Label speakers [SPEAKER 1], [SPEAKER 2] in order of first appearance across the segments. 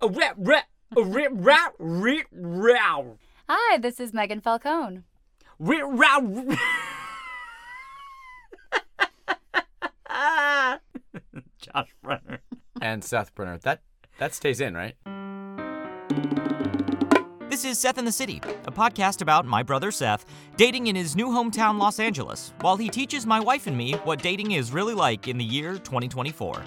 [SPEAKER 1] a rap, rap, a rip, rap, rip, row.
[SPEAKER 2] Hi, this is Megan Falcone.
[SPEAKER 1] Rip, row. Josh Brenner.
[SPEAKER 3] and Seth Brenner. That that stays in, right?
[SPEAKER 4] This is Seth in the City, a podcast about my brother Seth dating in his new hometown Los Angeles while he teaches my wife and me what dating is really like in the year 2024.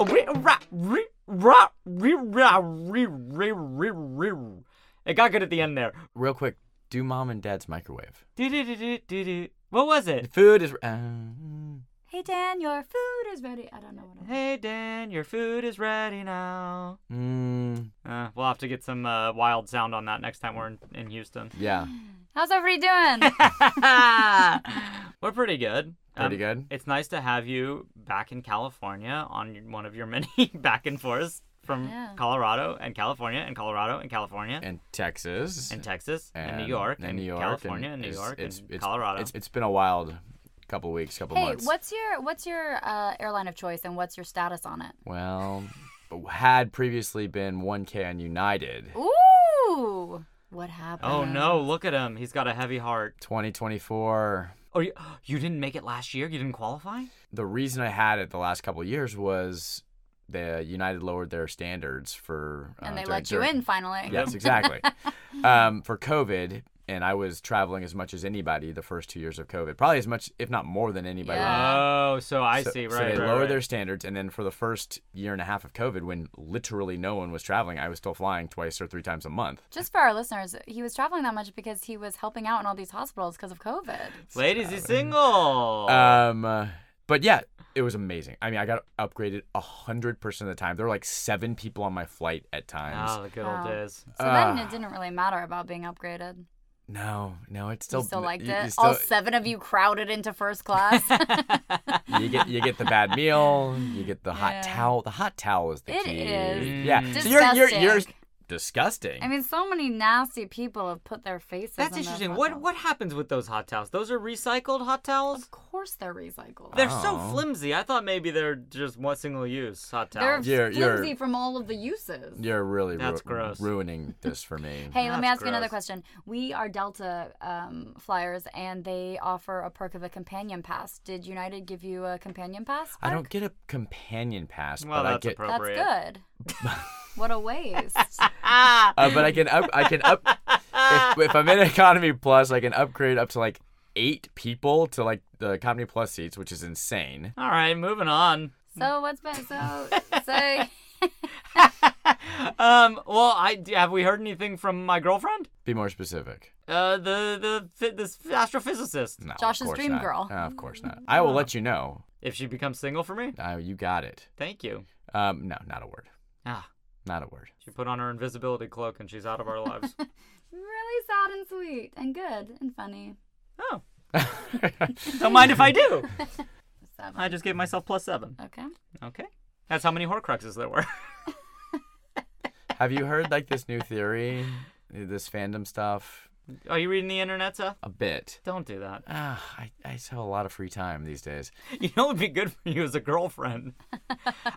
[SPEAKER 1] A rip, rap, rip, rap, rip, row, rip, rip, rip, rip. It got good at the end there.
[SPEAKER 3] Real quick, do mom and dad's microwave.
[SPEAKER 1] Do, do, do, do, do, do. What was
[SPEAKER 3] The
[SPEAKER 1] it?
[SPEAKER 3] food is. Um,
[SPEAKER 2] Hey, Dan, your food is ready. I don't know what it
[SPEAKER 1] Hey, Dan, your food is ready now.
[SPEAKER 3] mm,
[SPEAKER 1] Uh, we'll have to get some uh, wild sound on that next time we're in, in Houston.
[SPEAKER 3] yeah,
[SPEAKER 2] How's everybody doing?
[SPEAKER 1] We're pretty good. Um,
[SPEAKER 3] Pretty good.
[SPEAKER 1] It's nice to have you back in California on your- one of your many back and forths from
[SPEAKER 2] Yeah.
[SPEAKER 1] Colorado and California and Colorado and California and,
[SPEAKER 3] and Texas
[SPEAKER 1] Texas and, New York and,
[SPEAKER 3] New York
[SPEAKER 1] California and New
[SPEAKER 3] it's-
[SPEAKER 1] York
[SPEAKER 3] it's-
[SPEAKER 1] and
[SPEAKER 3] it's-
[SPEAKER 1] Colorado.
[SPEAKER 3] It's, it's been a wild couple weeks, couple
[SPEAKER 2] hey,
[SPEAKER 3] months.
[SPEAKER 2] what's your what's your uh, airline of choice and what's your status on it?
[SPEAKER 3] Well, had previously been 1K on United.
[SPEAKER 2] Ooh, what happened?
[SPEAKER 1] oh no, look at him. He's got a heavy heart.
[SPEAKER 3] 2024.
[SPEAKER 1] Oh, you, you didn't make it last year? You didn't qualify?
[SPEAKER 3] The reason I had it the last couple years was the United lowered their standards for uh,
[SPEAKER 2] And they
[SPEAKER 3] during-
[SPEAKER 2] let you
[SPEAKER 3] during-
[SPEAKER 2] in finally.
[SPEAKER 3] Yes, exactly. um, for COVID, and I was traveling as much as anybody the first two years of COVID, probably as much, if not more than anybody.
[SPEAKER 2] Yeah.
[SPEAKER 1] Oh, so I
[SPEAKER 3] So,
[SPEAKER 1] see. Right.
[SPEAKER 3] so they
[SPEAKER 1] right,
[SPEAKER 3] lowered
[SPEAKER 1] right.
[SPEAKER 3] their standards, and then for the first year and a half of COVID, when literally no one was traveling, I was still flying twice or three times a month.
[SPEAKER 2] Just for our listeners, he was traveling that much because he was helping out in all these hospitals because of COVID.
[SPEAKER 1] Ladies, he's single.
[SPEAKER 3] Um, uh, but yeah, it was amazing. I mean, I got upgraded hundred percent of the time. There were like seven people on my flight at times.
[SPEAKER 1] oh, the good old
[SPEAKER 2] Wow.
[SPEAKER 1] days. Uh,
[SPEAKER 2] So then
[SPEAKER 3] Ah.
[SPEAKER 2] it didn't really matter about being upgraded.
[SPEAKER 3] No, no, it's still
[SPEAKER 2] You still liked
[SPEAKER 3] you-
[SPEAKER 2] it.
[SPEAKER 3] You, still-
[SPEAKER 2] All seven of you crowded into first class.
[SPEAKER 3] you get you get the bad meal. You get the
[SPEAKER 2] Yeah.
[SPEAKER 3] hot towel. The hot towel is the
[SPEAKER 2] It
[SPEAKER 3] key.
[SPEAKER 2] is
[SPEAKER 3] Yeah, so you're you're you're
[SPEAKER 2] disgusting.
[SPEAKER 3] disgusting.
[SPEAKER 2] I mean, so many nasty people have put their faces.
[SPEAKER 1] That's
[SPEAKER 2] in those
[SPEAKER 1] interesting. What
[SPEAKER 2] bottles.
[SPEAKER 1] what happens with those hot towels? Those are recycled hot towels.
[SPEAKER 2] Of course, they're recycled.
[SPEAKER 1] They're so
[SPEAKER 3] Oh.
[SPEAKER 1] flimsy. I thought maybe they're just one single use hot
[SPEAKER 2] They're
[SPEAKER 1] towels.
[SPEAKER 3] You're- you're-
[SPEAKER 2] flimsy from all of the uses.
[SPEAKER 3] you're really ru-
[SPEAKER 1] That's gross.
[SPEAKER 3] ruining this for me.
[SPEAKER 2] Hey, let me ask
[SPEAKER 1] That's
[SPEAKER 2] you another
[SPEAKER 1] gross.
[SPEAKER 2] question. We are Delta um, flyers, and they offer a perk of a companion pass. Did United give you a companion pass?
[SPEAKER 3] I
[SPEAKER 2] perk?
[SPEAKER 3] don't get a companion pass,
[SPEAKER 1] well,
[SPEAKER 3] but I
[SPEAKER 1] that's
[SPEAKER 3] get
[SPEAKER 2] That's
[SPEAKER 1] appropriate.
[SPEAKER 2] good. what a waste.
[SPEAKER 3] uh, but I can up. I can up. if, if I'm in Economy Plus, I can upgrade up to like eight people to like the Economy Plus seats, which is insane.
[SPEAKER 1] All right, moving on.
[SPEAKER 2] So what's been so so?
[SPEAKER 1] Um, well, I have we heard anything from my girlfriend?
[SPEAKER 3] Be more specific.
[SPEAKER 1] Uh, the the fi- this astrophysicist.
[SPEAKER 3] No, of
[SPEAKER 2] Josh's
[SPEAKER 3] course
[SPEAKER 2] dream
[SPEAKER 3] not.
[SPEAKER 2] girl. Mm-hmm.
[SPEAKER 3] No, of course not. I will let you know.
[SPEAKER 1] If she becomes single for me,
[SPEAKER 3] Uh, you got it.
[SPEAKER 1] thank you.
[SPEAKER 3] Um, no, not a word.
[SPEAKER 1] Ah,
[SPEAKER 3] Not a word.
[SPEAKER 1] she put on her invisibility cloak and she's out of our lives.
[SPEAKER 2] Really sad and sweet and good and funny.
[SPEAKER 1] oh, don't mind if I do.
[SPEAKER 2] Seven.
[SPEAKER 1] I just gave myself plus seven.
[SPEAKER 2] Okay.
[SPEAKER 1] Okay, that's how many Horcruxes there were.
[SPEAKER 3] Have you heard like this new theory, this fandom stuff?
[SPEAKER 1] Are you reading the internet, Seth?
[SPEAKER 3] A bit.
[SPEAKER 1] Don't do that.
[SPEAKER 3] Ah, I, I just have a lot of free time these days.
[SPEAKER 1] You know what would be good for you as a girlfriend?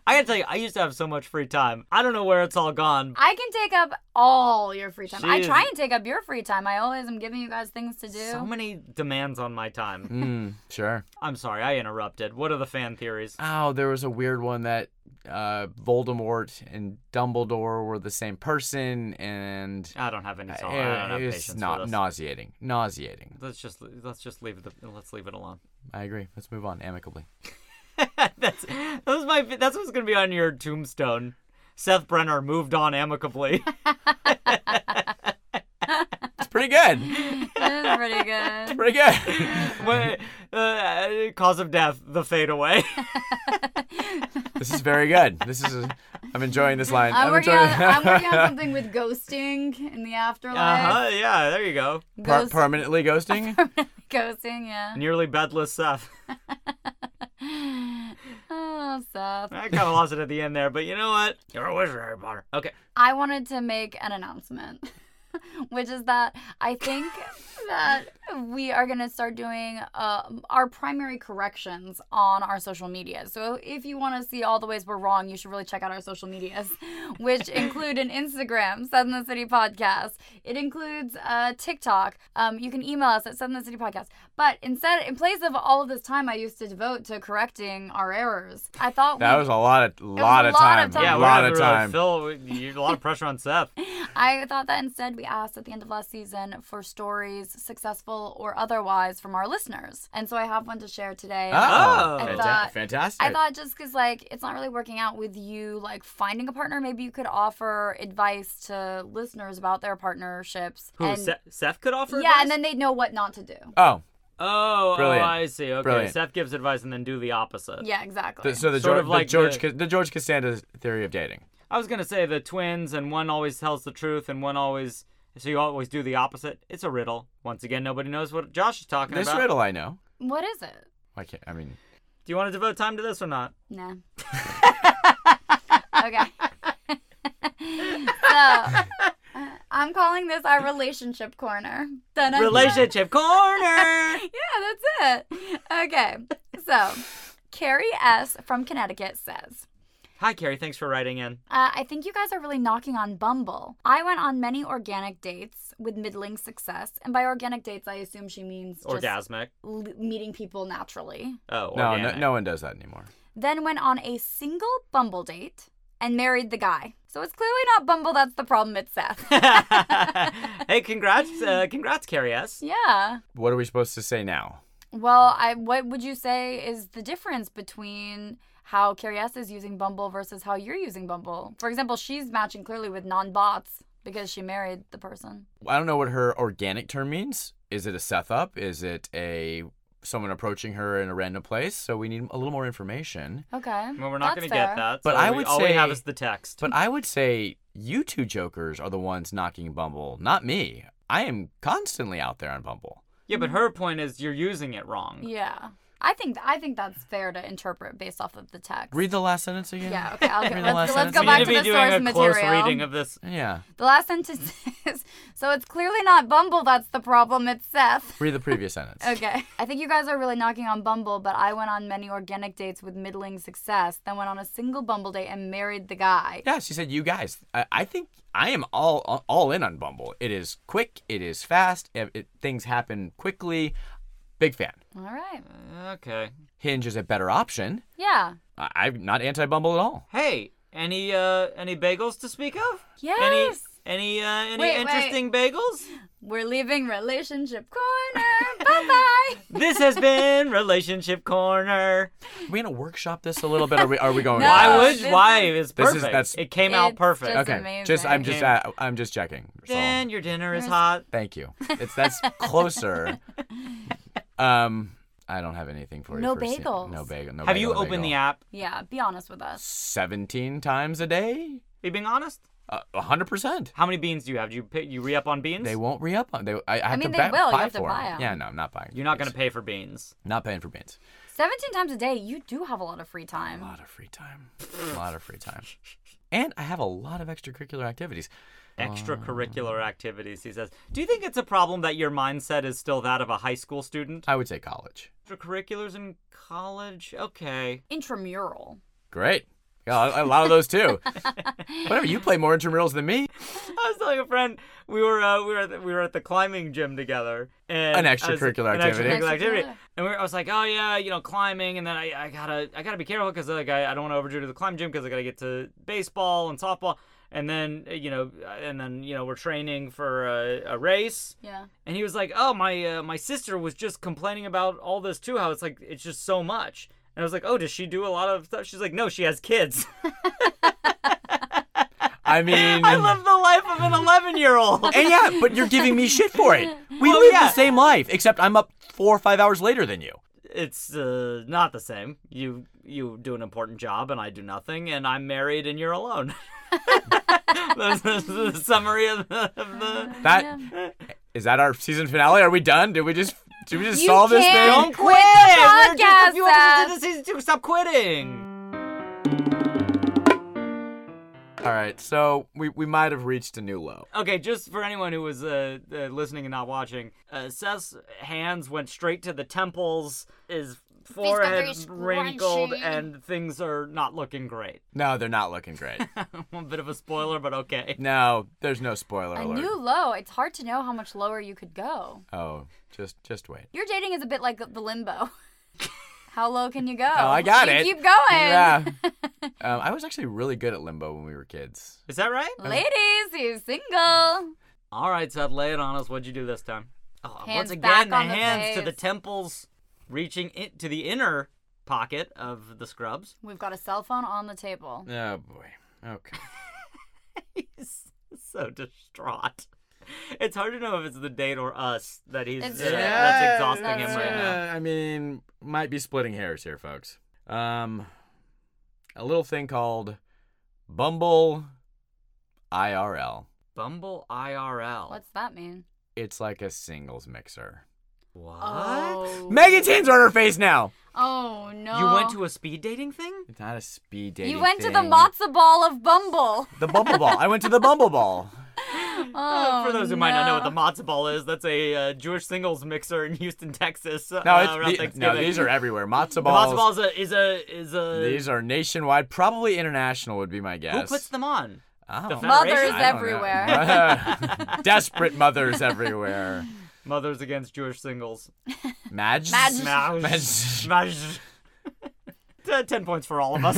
[SPEAKER 1] I gotta tell you, I used to have so much free time. I don't know where it's all gone.
[SPEAKER 2] I can take up all your free time.
[SPEAKER 1] She
[SPEAKER 2] I
[SPEAKER 1] is-
[SPEAKER 2] try and take up your free time. I always am giving you guys things to do.
[SPEAKER 1] So many demands on my time.
[SPEAKER 3] Mm, sure.
[SPEAKER 1] I'm sorry, I interrupted. What are the fan theories?
[SPEAKER 3] Oh, there was a weird one that uh, Voldemort and Dumbledore were the same person, and
[SPEAKER 1] I don't have any. So I don't
[SPEAKER 3] Uh,
[SPEAKER 1] have
[SPEAKER 3] it's
[SPEAKER 1] patience
[SPEAKER 3] not
[SPEAKER 1] for this.
[SPEAKER 3] nauseating. Nauseating.
[SPEAKER 1] Let's just let's just leave the let's leave it alone.
[SPEAKER 3] I agree. Let's move on amicably.
[SPEAKER 1] that's that was my that's what's gonna be on your tombstone. Seth Brenner moved on amicably.
[SPEAKER 3] It's pretty good.
[SPEAKER 2] That's pretty good.
[SPEAKER 3] pretty good.
[SPEAKER 1] Wait, uh, cause of death, the fadeaway.
[SPEAKER 3] this is very good. This is. i I'm enjoying this line.
[SPEAKER 2] I'm working,
[SPEAKER 3] enjoying.
[SPEAKER 2] on, Uh, I'm working on something with ghosting in the afterlife.
[SPEAKER 1] Uh huh. Yeah, there you go.
[SPEAKER 3] Per-
[SPEAKER 2] Ghost,
[SPEAKER 3] permanently ghosting.
[SPEAKER 2] ghosting, yeah.
[SPEAKER 1] Nearly bedless Seth.
[SPEAKER 2] Oh, Seth.
[SPEAKER 1] I kind of lost it at the end there, but you know what? You're a wizard, Harry Potter. Okay.
[SPEAKER 2] I wanted to make an announcement. which is that I think that we are going to start doing uh, our primary corrections on our social media. So if you want to see all the ways we're wrong, you should really check out our social medias, which include an Instagram, Southern the City Podcast. It includes uh, TikTok. Um, you can email us at Southern the City Podcast. But instead, in place of all of this time I used to devote to correcting our errors, I thought
[SPEAKER 3] That
[SPEAKER 2] we-
[SPEAKER 3] was a lot of
[SPEAKER 2] lot
[SPEAKER 3] lot of
[SPEAKER 2] of
[SPEAKER 3] time.
[SPEAKER 2] time.
[SPEAKER 1] Yeah,
[SPEAKER 3] a
[SPEAKER 1] we're
[SPEAKER 3] lot
[SPEAKER 1] gonna
[SPEAKER 3] of time.
[SPEAKER 1] Phil, you're a lot of pressure on Seth.
[SPEAKER 2] I thought that instead we asked at the end of last season for stories, successful or otherwise, from our listeners. And so I have one to share today.
[SPEAKER 1] Oh.
[SPEAKER 2] I
[SPEAKER 3] fanta-
[SPEAKER 2] thought-
[SPEAKER 3] fantastic!
[SPEAKER 2] I thought just because like it's not really working out with you like finding a partner, maybe you could offer advice to listeners about their partnerships.
[SPEAKER 1] Who
[SPEAKER 2] and,
[SPEAKER 1] Seth, Seth could offer?
[SPEAKER 2] yeah,
[SPEAKER 1] advice?
[SPEAKER 2] and then they'd know what not to do.
[SPEAKER 3] oh,
[SPEAKER 1] Oh,
[SPEAKER 3] Brilliant.
[SPEAKER 1] oh, I see. Okay,
[SPEAKER 3] Brilliant.
[SPEAKER 1] Seth gives advice and then do the opposite.
[SPEAKER 2] Yeah, exactly.
[SPEAKER 3] the, so the,
[SPEAKER 1] Sort
[SPEAKER 3] Geor-
[SPEAKER 1] of like
[SPEAKER 3] the George
[SPEAKER 1] the-
[SPEAKER 3] Ca- the George Costanza theory of dating.
[SPEAKER 1] I was gonna say the twins, and one always tells the truth, and one always. So you always do the opposite. It's a riddle. Once again, nobody knows what Josh is talking
[SPEAKER 3] This
[SPEAKER 1] about.
[SPEAKER 3] riddle I know.
[SPEAKER 2] what is it?
[SPEAKER 3] I can't. I mean,
[SPEAKER 1] Do you want to devote time to this or not?
[SPEAKER 2] Nah. okay. so I'm calling this our relationship corner. Dun-dun-dun.
[SPEAKER 1] Relationship corner.
[SPEAKER 2] Yeah, that's it. Okay. So, Carrie S. from Connecticut says,
[SPEAKER 1] Hi, Carrie. Thanks for writing in.
[SPEAKER 2] uh, I think you guys are really knocking on Bumble. I went on many organic dates with middling success. And by organic dates, I assume she means just
[SPEAKER 1] Orgasmic.
[SPEAKER 2] l- meeting people naturally.
[SPEAKER 1] Oh,
[SPEAKER 3] no, no,
[SPEAKER 1] organic.
[SPEAKER 3] no one does that anymore.
[SPEAKER 2] Then went on a single Bumble date and married the guy. So it's clearly not Bumble that's the problem, it's Seth.
[SPEAKER 1] hey, congrats, uh, congrats, Carrie S.
[SPEAKER 2] yeah.
[SPEAKER 3] What are we supposed to say now?
[SPEAKER 2] Well, I what would you say is the difference between how Carrie S is using Bumble versus how you're using Bumble? For example, she's matching clearly with non-bots because she married the person.
[SPEAKER 3] I don't know what her organic term means. Is it a Seth up? Is it a someone approaching her in a random place? So we need a little more information.
[SPEAKER 2] Okay.
[SPEAKER 1] Well, we're not
[SPEAKER 2] That's
[SPEAKER 1] going to get
[SPEAKER 2] fair.
[SPEAKER 1] that.
[SPEAKER 3] But
[SPEAKER 1] so
[SPEAKER 3] I
[SPEAKER 1] we-
[SPEAKER 3] would
[SPEAKER 1] all we
[SPEAKER 3] say-
[SPEAKER 1] have is the text.
[SPEAKER 3] But I would say you two jokers are the ones knocking Bumble, not me. I am constantly out there on Bumble.
[SPEAKER 1] yeah, but her point is you're using it wrong.
[SPEAKER 2] Yeah. I think I think that's fair to interpret based off of the text.
[SPEAKER 3] Read the last sentence again.
[SPEAKER 2] yeah, okay. I'll,
[SPEAKER 3] Read the
[SPEAKER 2] let's,
[SPEAKER 3] last
[SPEAKER 2] let's
[SPEAKER 3] sentence.
[SPEAKER 2] go
[SPEAKER 1] We
[SPEAKER 2] back to
[SPEAKER 1] need to be
[SPEAKER 2] the
[SPEAKER 1] doing a
[SPEAKER 2] source
[SPEAKER 1] close
[SPEAKER 2] material.
[SPEAKER 1] reading of this.
[SPEAKER 3] Yeah.
[SPEAKER 2] the last sentence is so it's clearly not Bumble that's the problem, it's Seth.
[SPEAKER 3] Read the previous sentence.
[SPEAKER 2] Okay. I think you guys are really knocking on Bumble, but I went on many organic dates with middling success, then went on a single Bumble date and married the guy.
[SPEAKER 3] Yeah, she said, "You guys, I, I think I am all all in on Bumble. It is quick, it is fast, it, it- things happen quickly. Big fan.
[SPEAKER 2] All right.
[SPEAKER 1] Okay.
[SPEAKER 3] Hinge is a better option.
[SPEAKER 2] Yeah.
[SPEAKER 3] I, I'm not anti Bumble at all.
[SPEAKER 1] Hey, any uh any bagels to speak of?
[SPEAKER 2] Yes.
[SPEAKER 1] Any any uh any
[SPEAKER 2] Wait, wait.
[SPEAKER 1] interesting bagels?
[SPEAKER 2] We're leaving relationship corner. Bye bye.
[SPEAKER 1] This has been relationship corner.
[SPEAKER 3] we gonna workshop this a little bit? Or are we, are we going?
[SPEAKER 2] No.
[SPEAKER 1] Why
[SPEAKER 2] Uh,
[SPEAKER 1] would
[SPEAKER 2] this-
[SPEAKER 1] why it's
[SPEAKER 3] Oh, This is-
[SPEAKER 1] perfect?
[SPEAKER 3] that's-
[SPEAKER 1] it came out
[SPEAKER 2] It's
[SPEAKER 1] perfect.
[SPEAKER 2] just-
[SPEAKER 3] okay,
[SPEAKER 2] amazing.
[SPEAKER 3] just I'm just
[SPEAKER 1] Okay.
[SPEAKER 3] uh, I'm just checking. So,
[SPEAKER 1] Dan, your dinner is
[SPEAKER 2] There's-
[SPEAKER 1] hot.
[SPEAKER 3] thank you. It's that's closer. um, I don't have anything for you.
[SPEAKER 2] No
[SPEAKER 3] for se-
[SPEAKER 2] bagels.
[SPEAKER 3] No bagel. No
[SPEAKER 1] Have you
[SPEAKER 3] bagel, no
[SPEAKER 1] opened the
[SPEAKER 3] bagel.
[SPEAKER 1] app?
[SPEAKER 2] Yeah, be honest with us.
[SPEAKER 3] Seventeen times a day. Uh,
[SPEAKER 1] Are you being honest?
[SPEAKER 3] A hundred percent.
[SPEAKER 1] How many beans do you have? Do you pick, you re up on beans?
[SPEAKER 3] They won't re up on. They I, I have
[SPEAKER 2] mean,
[SPEAKER 3] to
[SPEAKER 2] they
[SPEAKER 3] ba-
[SPEAKER 2] will. You
[SPEAKER 3] buy
[SPEAKER 2] have to
[SPEAKER 3] for 'em.
[SPEAKER 2] buy 'em.
[SPEAKER 3] Yeah, no, I'm not buying.
[SPEAKER 1] You're not gonna
[SPEAKER 3] beans.
[SPEAKER 1] pay for beans.
[SPEAKER 3] Not paying for beans.
[SPEAKER 2] 17 times a day, you do have a lot of free
[SPEAKER 3] A
[SPEAKER 2] time.
[SPEAKER 3] lot of free time. a lot of free time. And I have a lot of extracurricular activities.
[SPEAKER 1] Extracurricular activities, he says. Do you think it's a problem that your mindset is still that of a high school student?
[SPEAKER 3] I would say college.
[SPEAKER 1] Extracurriculars in college? Okay.
[SPEAKER 2] Intramural.
[SPEAKER 3] Great. Yeah, a a lot of those too. Whatever. You play more intramurals than me.
[SPEAKER 1] I was telling a friend we were uh, we were at the, we were at the climbing gym together and
[SPEAKER 3] An
[SPEAKER 1] I was-
[SPEAKER 3] extracurricular
[SPEAKER 1] an
[SPEAKER 3] activity.
[SPEAKER 1] extracurricular activity.
[SPEAKER 2] Extracurricular.
[SPEAKER 1] And we were, I was like, oh yeah, you know, climbing, and then I, I gotta I gotta be careful because like I, I don't want to overdo to the climb gym because I gotta get to baseball and softball, and then uh, you know and then you know we're training for a, a race.
[SPEAKER 2] Yeah.
[SPEAKER 1] And he was like, "Oh, my uh, my sister was just complaining about all this too. How it's like it's just so much." And I was like, "Oh, does she do a lot of stuff?" She's like, "No, she has kids."
[SPEAKER 3] I mean.
[SPEAKER 1] I live the life of an eleven-year-old.
[SPEAKER 3] and yeah, but you're giving me shit for it. We
[SPEAKER 1] Well,
[SPEAKER 3] live
[SPEAKER 1] yeah.
[SPEAKER 3] the same life, except I'm up four or five hours later than you.
[SPEAKER 1] it's uh, not the same. You you do an important job, and I do nothing, and I'm married, and you're alone. That's the, the summary of the. Of the...
[SPEAKER 3] That is that our season finale? Are we done? Did we just did we just solve this thing?
[SPEAKER 2] can't
[SPEAKER 1] Don't quit! We're just a few episodes into season two. Stop quitting.
[SPEAKER 3] All right, so we, we might have reached a new low.
[SPEAKER 1] Okay, just for anyone who was uh, uh, listening and not watching, uh, Seth's hands went straight to the temples. His
[SPEAKER 2] very
[SPEAKER 1] forehead wrinkled,
[SPEAKER 2] scrunchy.
[SPEAKER 1] and things are not looking great.
[SPEAKER 3] No, they're not looking great.
[SPEAKER 1] a bit of a spoiler, but okay.
[SPEAKER 3] no, there's no spoiler
[SPEAKER 2] A
[SPEAKER 3] alert.
[SPEAKER 2] new low. It's hard to know how much lower you could go.
[SPEAKER 3] Oh, just just wait.
[SPEAKER 2] Your dating is a bit like the limbo. how low can you go?
[SPEAKER 3] Oh, I got
[SPEAKER 2] You
[SPEAKER 3] it.
[SPEAKER 2] Keep going.
[SPEAKER 3] Yeah. um, I was actually really good at limbo when we were kids.
[SPEAKER 1] Is that right?
[SPEAKER 2] Ladies, who's single?
[SPEAKER 1] All right, Seth, lay it on us. What'd you do this time? Oh, once
[SPEAKER 2] Hands
[SPEAKER 1] again,
[SPEAKER 2] back
[SPEAKER 1] the
[SPEAKER 2] on the
[SPEAKER 1] hands to
[SPEAKER 2] face.
[SPEAKER 1] the temples, reaching it to the inner pocket of the scrubs.
[SPEAKER 2] We've got a cell phone on the table.
[SPEAKER 3] Oh boy. Okay.
[SPEAKER 1] He's so distraught. It's hard to know if it's the date or us that he's
[SPEAKER 2] It's
[SPEAKER 1] uh,
[SPEAKER 2] true.
[SPEAKER 1] that's exhausting
[SPEAKER 2] Yeah,
[SPEAKER 1] him right now.
[SPEAKER 3] I mean, might be splitting hairs here, folks. Um, a little thing called Bumble IRL.
[SPEAKER 1] Bumble IRL.
[SPEAKER 2] What's that mean?
[SPEAKER 3] It's like a singles mixer.
[SPEAKER 1] What?
[SPEAKER 2] Oh.
[SPEAKER 3] Megan Teen's on her face now.
[SPEAKER 2] Oh no.
[SPEAKER 1] You went to a speed dating thing?
[SPEAKER 3] It's not a speed dating.
[SPEAKER 2] You went to the
[SPEAKER 3] thing.
[SPEAKER 2] matzo ball of Bumble.
[SPEAKER 3] The Bumble Ball. I went to the Bumble Ball.
[SPEAKER 2] Oh,
[SPEAKER 1] Uh, For those who might not know
[SPEAKER 2] no.
[SPEAKER 1] what the matzo ball is, that's a uh, Jewish singles mixer in Houston, Texas. uh,
[SPEAKER 3] No, it's
[SPEAKER 1] around
[SPEAKER 3] the- no.
[SPEAKER 1] Thanksgiving.
[SPEAKER 3] These are everywhere. Matzo
[SPEAKER 1] the matzo ball
[SPEAKER 3] balls.
[SPEAKER 1] is a is a is a.
[SPEAKER 3] These are nationwide, probably international would be my guess.
[SPEAKER 1] who puts them on?
[SPEAKER 3] Oh.
[SPEAKER 1] The Federation?
[SPEAKER 2] Mothers
[SPEAKER 1] I
[SPEAKER 3] I don't know.
[SPEAKER 2] everywhere.
[SPEAKER 3] Desperate mothers everywhere.
[SPEAKER 1] Mothers Against Jewish Singles.
[SPEAKER 3] Madge.
[SPEAKER 2] Madge.
[SPEAKER 1] Smash. Smash. T- Ten points for all of us.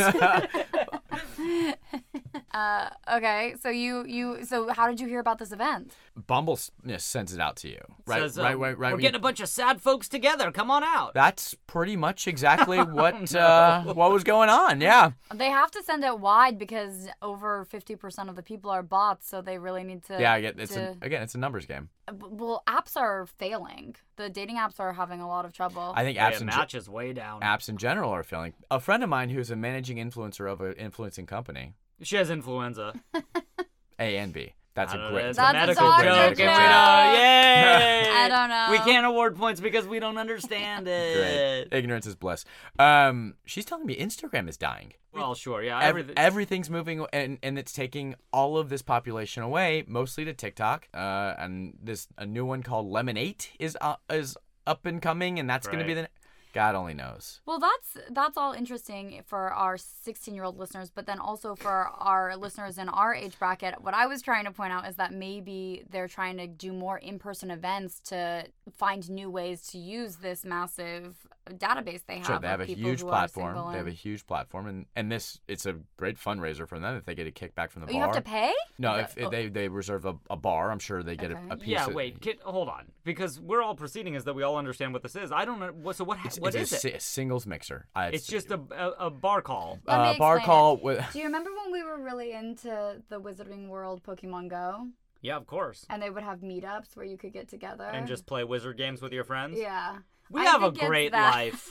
[SPEAKER 2] Uh, okay, so you you so how did you hear about this event?
[SPEAKER 3] Bumble s- yeah, sends it out to you. Right,
[SPEAKER 1] Says, um,
[SPEAKER 3] right, right, right.
[SPEAKER 1] We're getting a bunch of sad folks together. Come on out.
[SPEAKER 3] That's pretty much exactly what uh, what was going on. Yeah.
[SPEAKER 2] They have to send it wide because over fifty percent of the people are bots, so they really need to.
[SPEAKER 3] Yeah. I get it's
[SPEAKER 2] to,
[SPEAKER 3] a, again, it's a numbers game.
[SPEAKER 2] well, apps are failing. The dating apps are having a lot of trouble.
[SPEAKER 3] I think
[SPEAKER 1] Yeah,
[SPEAKER 3] apps in, ge-
[SPEAKER 1] match is way down.
[SPEAKER 3] apps in general are failing. A friend of mine who's a managing influencer of an influencing company,
[SPEAKER 1] She has influenza.
[SPEAKER 3] A and B. That's
[SPEAKER 1] I
[SPEAKER 3] a
[SPEAKER 1] don't know,
[SPEAKER 3] great.
[SPEAKER 1] It's
[SPEAKER 2] That's
[SPEAKER 1] a
[SPEAKER 2] a
[SPEAKER 1] medical
[SPEAKER 2] doctor
[SPEAKER 1] joke.
[SPEAKER 2] joke.
[SPEAKER 1] If we don't, yay!
[SPEAKER 2] I don't know.
[SPEAKER 1] We can't award points because we don't understand
[SPEAKER 3] Great.
[SPEAKER 1] it.
[SPEAKER 3] Ignorance is bliss. Um, she's telling me Instagram is dying.
[SPEAKER 1] Well, sure, yeah.
[SPEAKER 3] Ev-
[SPEAKER 1] Everything.
[SPEAKER 3] everything's moving and, and it's taking all of this population away mostly to tiktok uh, and this a new one called lemonade is uh, is up and coming and that's going to be
[SPEAKER 1] Right.
[SPEAKER 3] the ne- god only knows
[SPEAKER 2] Well, that's that's all interesting for our 16 year old listeners, but then also for our listeners in our age bracket. What I was trying to point out is that maybe they're trying to do more in person events to find new ways to use this massive database they have.
[SPEAKER 3] sure they
[SPEAKER 2] of
[SPEAKER 3] have a
[SPEAKER 2] people
[SPEAKER 3] huge
[SPEAKER 2] who are
[SPEAKER 3] platform
[SPEAKER 2] single
[SPEAKER 3] they have a
[SPEAKER 2] and-
[SPEAKER 3] huge platform and, and this it's a great fundraiser for them if they get a kickback from the
[SPEAKER 2] Oh,
[SPEAKER 3] bar
[SPEAKER 2] you have to pay.
[SPEAKER 3] no
[SPEAKER 2] Is
[SPEAKER 3] if,
[SPEAKER 2] that-
[SPEAKER 3] if they they reserve a, a bar i'm sure they get
[SPEAKER 2] Okay.
[SPEAKER 3] a, a piece
[SPEAKER 1] yeah,
[SPEAKER 3] of,
[SPEAKER 1] wait. Kid, hold on, because we're all proceeding is that we all understand what this is. I don't know. What, so what? ha-
[SPEAKER 3] it's,
[SPEAKER 1] what
[SPEAKER 3] it's
[SPEAKER 1] is
[SPEAKER 3] a,
[SPEAKER 1] it?
[SPEAKER 3] si- singles mixer I,
[SPEAKER 1] It's just a, a a bar call.
[SPEAKER 2] Let me
[SPEAKER 3] uh, bar
[SPEAKER 2] explain
[SPEAKER 3] call
[SPEAKER 2] it.
[SPEAKER 3] with
[SPEAKER 2] Do you remember when we were really into the Wizarding World Pokemon Go,
[SPEAKER 1] Yeah, of course.
[SPEAKER 2] and they would have meetups where you could get together
[SPEAKER 1] And just play wizard games with your friends.
[SPEAKER 2] yeah.
[SPEAKER 1] We
[SPEAKER 2] I
[SPEAKER 1] have a
[SPEAKER 2] think it's
[SPEAKER 1] great
[SPEAKER 2] that.
[SPEAKER 1] life.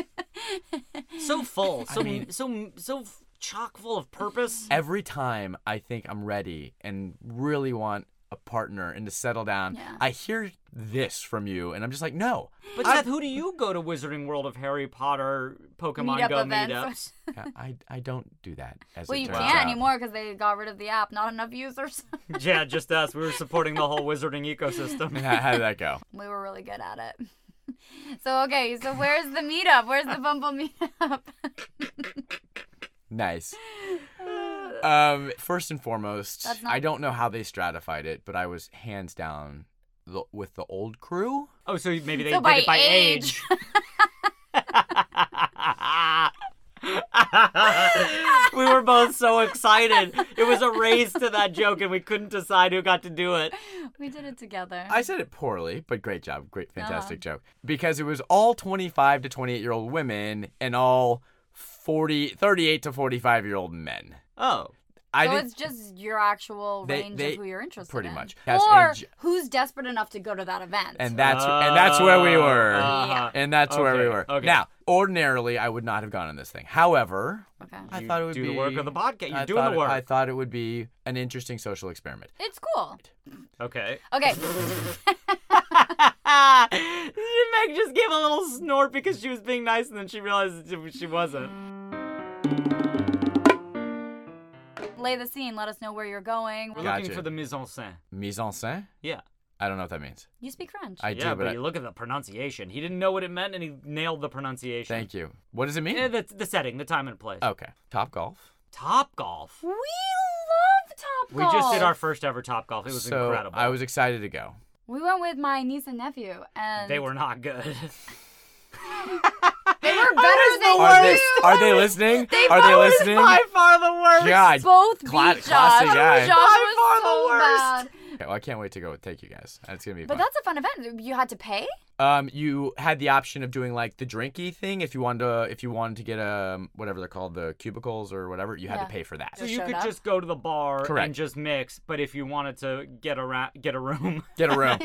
[SPEAKER 1] so full, so so so chock full of purpose.
[SPEAKER 3] every time I think I'm ready and really want a partner and to settle down,
[SPEAKER 2] Yeah.
[SPEAKER 3] I hear this from you, and I'm just like, no.
[SPEAKER 1] But Seth, who do you go to Wizarding World of Harry Potter Pokemon
[SPEAKER 2] Meetup
[SPEAKER 1] Go meetups?
[SPEAKER 2] events.
[SPEAKER 3] I, I, I don't do that. As
[SPEAKER 2] Well,
[SPEAKER 3] it
[SPEAKER 2] you
[SPEAKER 3] turns
[SPEAKER 2] can't
[SPEAKER 3] out.
[SPEAKER 2] anymore because they got rid of the app. Not enough users.
[SPEAKER 1] yeah, just us. We were supporting the whole Wizarding ecosystem.
[SPEAKER 3] How, how did that go?
[SPEAKER 2] we were really good at it. So okay, so where's the meetup? Where's the Bumble meetup?
[SPEAKER 3] Nice. Um, first and foremost,
[SPEAKER 2] That's
[SPEAKER 3] I
[SPEAKER 2] not-
[SPEAKER 3] don't know how they stratified it, but I was hands down the, with the old crew.
[SPEAKER 1] Oh, so maybe they
[SPEAKER 2] So
[SPEAKER 1] did
[SPEAKER 2] by
[SPEAKER 1] it by age. we were both so excited. It was a race to that joke, and we couldn't decide who got to do it.
[SPEAKER 2] we did it together.
[SPEAKER 3] I said it poorly, but great job. Great,
[SPEAKER 2] Uh-huh.
[SPEAKER 3] fantastic joke. Because it was all 25 to 28 year old women and all 40, 38 to 45 year old men.
[SPEAKER 1] Oh,
[SPEAKER 3] I
[SPEAKER 2] so
[SPEAKER 3] did-
[SPEAKER 2] it's just your actual
[SPEAKER 3] They-
[SPEAKER 2] range
[SPEAKER 3] they-
[SPEAKER 2] of who you're interested
[SPEAKER 3] pretty
[SPEAKER 2] in.
[SPEAKER 3] much. Yes,
[SPEAKER 2] or
[SPEAKER 3] and j-
[SPEAKER 2] who's desperate enough to go to that event.
[SPEAKER 3] and that's and that's where we were.
[SPEAKER 1] Uh-huh.
[SPEAKER 3] And that's where we
[SPEAKER 1] Okay,
[SPEAKER 3] were.
[SPEAKER 1] okay.
[SPEAKER 3] Now, ordinarily, I would not have gone on this thing. However,
[SPEAKER 2] okay.
[SPEAKER 3] I
[SPEAKER 1] You
[SPEAKER 3] thought it would
[SPEAKER 1] do
[SPEAKER 3] be
[SPEAKER 1] the work of the podcast. You're
[SPEAKER 3] I
[SPEAKER 1] doing the
[SPEAKER 3] thought it- I
[SPEAKER 1] work.
[SPEAKER 3] thought it would be an interesting social experiment.
[SPEAKER 2] It's cool.
[SPEAKER 1] okay.
[SPEAKER 2] Okay.
[SPEAKER 1] Meg just gave a little snort because she was being nice, Mm. and then she realized she wasn't.
[SPEAKER 2] lay the scene. Let us know where you're going.
[SPEAKER 1] We're
[SPEAKER 3] Gotcha.
[SPEAKER 1] looking for the mise en scène.
[SPEAKER 3] Mise en scène?
[SPEAKER 1] Yeah.
[SPEAKER 3] I don't know what that means.
[SPEAKER 2] You speak French.
[SPEAKER 3] I
[SPEAKER 1] yeah,
[SPEAKER 3] do,
[SPEAKER 1] but
[SPEAKER 3] but I-
[SPEAKER 1] you look at the pronunciation. He didn't know what it meant, and he nailed the pronunciation.
[SPEAKER 3] thank Oh. you. What does it mean?
[SPEAKER 1] Eh, the, the setting, the time and place.
[SPEAKER 3] okay. Top golf.
[SPEAKER 1] Top golf.
[SPEAKER 2] we love Top
[SPEAKER 1] We just did our first ever top golf. It was
[SPEAKER 3] so
[SPEAKER 1] incredible.
[SPEAKER 3] I was excited to go.
[SPEAKER 2] We went with my niece and nephew, and
[SPEAKER 1] They were not good.
[SPEAKER 2] they were better than
[SPEAKER 3] Are they,
[SPEAKER 2] you.
[SPEAKER 3] are they listening?
[SPEAKER 2] They
[SPEAKER 3] are they
[SPEAKER 2] voted
[SPEAKER 3] listening?
[SPEAKER 1] By far the worst.
[SPEAKER 3] God.
[SPEAKER 2] both beat
[SPEAKER 3] Cla-
[SPEAKER 2] Josh.
[SPEAKER 3] classy guy.
[SPEAKER 2] Josh
[SPEAKER 1] By far
[SPEAKER 2] was
[SPEAKER 1] the
[SPEAKER 2] so
[SPEAKER 1] worst.
[SPEAKER 2] bad.
[SPEAKER 3] Okay, well, I can't wait to go take you guys. It's gonna be
[SPEAKER 2] But
[SPEAKER 3] fun.
[SPEAKER 2] that's a fun event. You had to pay.
[SPEAKER 3] Um, you had the option of doing like the drinky thing if you wanted to, if you wanted to get um whatever they're called the cubicles or whatever. You had
[SPEAKER 2] Yeah.
[SPEAKER 3] to pay for that.
[SPEAKER 1] So
[SPEAKER 2] Just
[SPEAKER 1] you
[SPEAKER 2] showed
[SPEAKER 1] could
[SPEAKER 2] up.
[SPEAKER 1] just go to the bar
[SPEAKER 3] Correct.
[SPEAKER 1] and just mix, but if you wanted to get a ra- get a room,
[SPEAKER 3] Get a room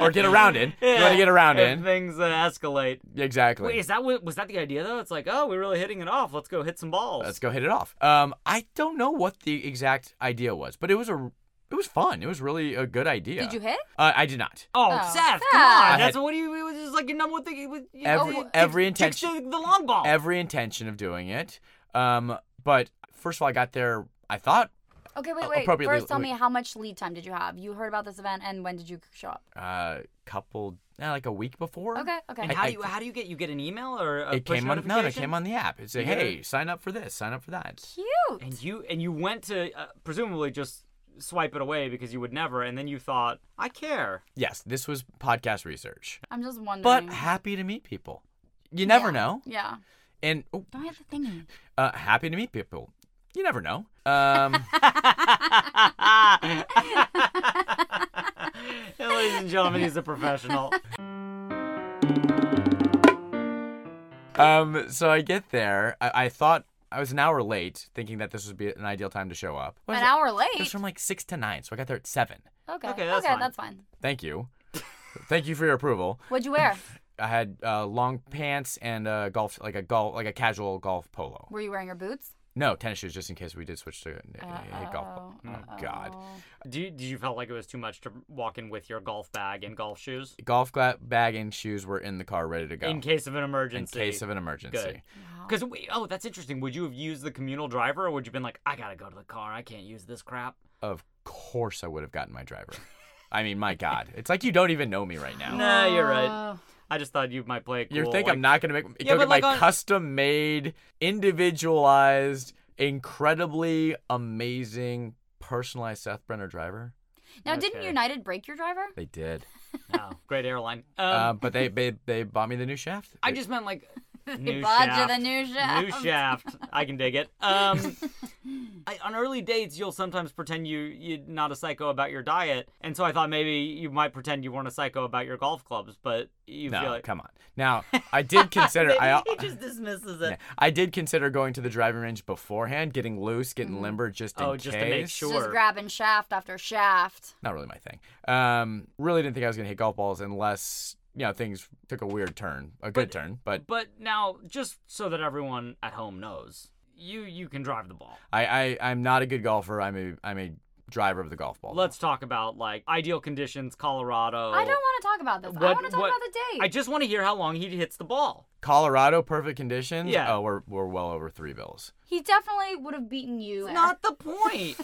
[SPEAKER 3] or get around in. You want to get around
[SPEAKER 1] if
[SPEAKER 3] in?
[SPEAKER 1] things uh, escalate.
[SPEAKER 3] Exactly.
[SPEAKER 1] Wait, is that what, was that the idea though? It's like, oh, we're really hitting it off. Let's go hit some balls.
[SPEAKER 3] Let's go hit it off. Um, I don't know what the exact idea was, but it was a, it was fun. It was really a good idea.
[SPEAKER 2] Did you hit?
[SPEAKER 3] Uh, I did not.
[SPEAKER 1] Oh,
[SPEAKER 2] Oh,
[SPEAKER 1] Seth,
[SPEAKER 2] Seth.
[SPEAKER 1] come
[SPEAKER 2] I
[SPEAKER 1] on.
[SPEAKER 3] had-
[SPEAKER 1] That's what you, it was just like your number one thing. It was, you
[SPEAKER 3] Every-
[SPEAKER 2] oh,
[SPEAKER 1] know, it-
[SPEAKER 3] every
[SPEAKER 1] it- takes
[SPEAKER 3] intention-
[SPEAKER 1] The, the long ball.
[SPEAKER 3] Every intention of doing it. Um, but first of all, I got there. I thought
[SPEAKER 2] Okay, wait,
[SPEAKER 3] Uh,
[SPEAKER 2] wait.
[SPEAKER 3] appropriately-
[SPEAKER 2] First, tell me how much lead time did you have? You heard about this event, and when did you show up?
[SPEAKER 3] a uh, couple, eh, like a week before.
[SPEAKER 2] Okay, okay.
[SPEAKER 1] and
[SPEAKER 3] I-
[SPEAKER 1] how
[SPEAKER 3] I
[SPEAKER 1] do you how do you get you get an email or a
[SPEAKER 3] It
[SPEAKER 1] push
[SPEAKER 3] came on. No, it
[SPEAKER 1] notification?
[SPEAKER 3] came on the app. It's like,
[SPEAKER 1] Yeah.
[SPEAKER 3] hey, sign up for this. Sign up for that.
[SPEAKER 2] Cute.
[SPEAKER 1] And you and you went to uh, presumably just swipe it away because you would never, and then you thought, I care.
[SPEAKER 3] Yes, this was podcast research,
[SPEAKER 2] I'm just
[SPEAKER 3] but
[SPEAKER 2] wondering.
[SPEAKER 3] happy to meet people. You never
[SPEAKER 2] Mm. Yeah,
[SPEAKER 3] know,
[SPEAKER 2] Yeah.
[SPEAKER 3] and oh,
[SPEAKER 2] Don't have the thingy.
[SPEAKER 3] uh, happy to meet people. You never know. Um,
[SPEAKER 1] Ladies and gentlemen, he's a professional.
[SPEAKER 3] um, so I get there. I, I thought I was an hour late, thinking that this would be an ideal time to show up. What
[SPEAKER 2] An
[SPEAKER 3] is it?
[SPEAKER 2] hour
[SPEAKER 3] It was
[SPEAKER 2] late.
[SPEAKER 3] from like six to nine, so I got there at seven.
[SPEAKER 2] Okay.
[SPEAKER 1] Okay, that's fine.
[SPEAKER 3] Thank you, thank you for your approval.
[SPEAKER 2] What'd you wear?
[SPEAKER 3] I had uh, long pants and a golf, like a golf, like a casual golf polo.
[SPEAKER 2] Were you wearing your boots?
[SPEAKER 3] No tennis shoes, just in case we did switch to uh,
[SPEAKER 2] Uh-oh,
[SPEAKER 3] golf. polo. Oh God.
[SPEAKER 2] uh-oh.
[SPEAKER 1] Do you, do you felt like it was too much to walk in with your golf bag and golf shoes
[SPEAKER 3] golf gla- bag and shoes were in the car ready to go
[SPEAKER 1] in case of an
[SPEAKER 3] In
[SPEAKER 1] emergency?
[SPEAKER 3] case of an emergency.
[SPEAKER 1] Good. Because oh, that's interesting. Would you have used the communal driver, or would you have been like, I gotta go to the car. I can't use this crap.
[SPEAKER 3] Of course, I would have gotten my driver. I mean, my God, it's like you don't even know me right now.
[SPEAKER 1] Nah, you're right.
[SPEAKER 2] Oh.
[SPEAKER 1] I just thought you might play it cool.
[SPEAKER 3] You think
[SPEAKER 1] like,
[SPEAKER 3] I'm not gonna make
[SPEAKER 1] Yeah,
[SPEAKER 3] go
[SPEAKER 1] but
[SPEAKER 3] get
[SPEAKER 1] like
[SPEAKER 3] my
[SPEAKER 1] on-
[SPEAKER 3] custom made, individualized, incredibly amazing, personalized Seth Brenner driver?
[SPEAKER 2] Now, didn't
[SPEAKER 1] Okay.
[SPEAKER 2] United break your driver?
[SPEAKER 3] They did,
[SPEAKER 1] Oh, great airline. Um,
[SPEAKER 3] uh, but they, they they bought me the new shaft.
[SPEAKER 1] I just meant like new
[SPEAKER 2] bought you
[SPEAKER 1] shaft.
[SPEAKER 2] the new shaft.
[SPEAKER 1] New shaft. I can dig it. Um, I, on early dates, you'll sometimes pretend you you're not a psycho about your diet, and so I thought maybe you might pretend you weren't a psycho about your golf clubs, but you
[SPEAKER 3] no,
[SPEAKER 1] feel like
[SPEAKER 3] come on. Now I did consider. I,
[SPEAKER 1] he just dismisses it.
[SPEAKER 3] Yeah. I did consider going to the driving range beforehand, getting loose, getting limber, just
[SPEAKER 1] Oh,
[SPEAKER 3] in
[SPEAKER 1] just to
[SPEAKER 3] case.
[SPEAKER 1] make
[SPEAKER 2] Just
[SPEAKER 1] sure.
[SPEAKER 2] grabbing shaft after shaft.
[SPEAKER 3] Not really my thing. Um, really didn't think I was gonna hit golf balls unless you know things took a weird turn, a good turn. But
[SPEAKER 1] But now, just so that everyone at home knows, you you can drive the ball.
[SPEAKER 3] I, I I'm not a good golfer. I'm a I'm a driver of the golf ball.
[SPEAKER 1] Let's talk about like ideal conditions, Colorado.
[SPEAKER 2] I don't want to talk about this. I
[SPEAKER 1] What-
[SPEAKER 2] want to talk
[SPEAKER 1] what-
[SPEAKER 2] about the date.
[SPEAKER 1] I just want to hear how long he hits the ball.
[SPEAKER 3] Colorado perfect conditions.
[SPEAKER 1] Yeah.
[SPEAKER 3] Oh, we're we're well over three bills.
[SPEAKER 2] He definitely would have beaten you. there.
[SPEAKER 1] Not the point.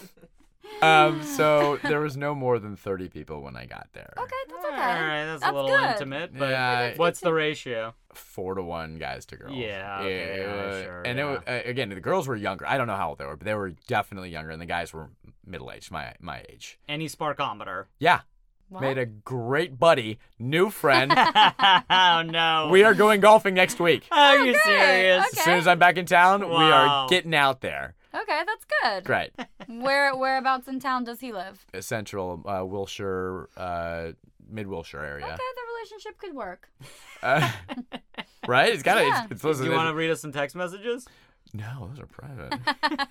[SPEAKER 3] Um, so there was no more than thirty people when I got there.
[SPEAKER 2] Okay, that's
[SPEAKER 1] All
[SPEAKER 2] okay.
[SPEAKER 1] right, that's, a little
[SPEAKER 2] good.
[SPEAKER 1] intimate, but
[SPEAKER 3] Yeah.
[SPEAKER 1] what's the ratio?
[SPEAKER 3] four to one guys to girls.
[SPEAKER 1] Yeah, okay, yeah,
[SPEAKER 3] uh,
[SPEAKER 1] sure,
[SPEAKER 3] And it
[SPEAKER 1] yeah.
[SPEAKER 3] wa- uh, again, the girls were younger. I don't know how old they were, but they were definitely younger, and the guys were middle aged, my my age.
[SPEAKER 1] Any sparkometer?
[SPEAKER 3] Yeah,
[SPEAKER 2] What?
[SPEAKER 3] made a great buddy, new friend.
[SPEAKER 1] oh no.
[SPEAKER 3] we are going golfing next week.
[SPEAKER 1] Are you
[SPEAKER 2] Okay,
[SPEAKER 1] serious?
[SPEAKER 2] okay.
[SPEAKER 3] As soon as I'm back in town, we
[SPEAKER 1] Wow.
[SPEAKER 3] are getting out there.
[SPEAKER 2] Okay, that's good.
[SPEAKER 3] Great.
[SPEAKER 2] Where whereabouts in town does he live?
[SPEAKER 3] Central uh, Wilshire, uh, mid Wilshire area.
[SPEAKER 2] Okay, the relationship could work.
[SPEAKER 3] Uh, right? It's gotta.
[SPEAKER 2] Yeah.
[SPEAKER 3] It's, it's,
[SPEAKER 1] Do
[SPEAKER 3] listen,
[SPEAKER 1] you want to read us some text messages?
[SPEAKER 3] No, those are private.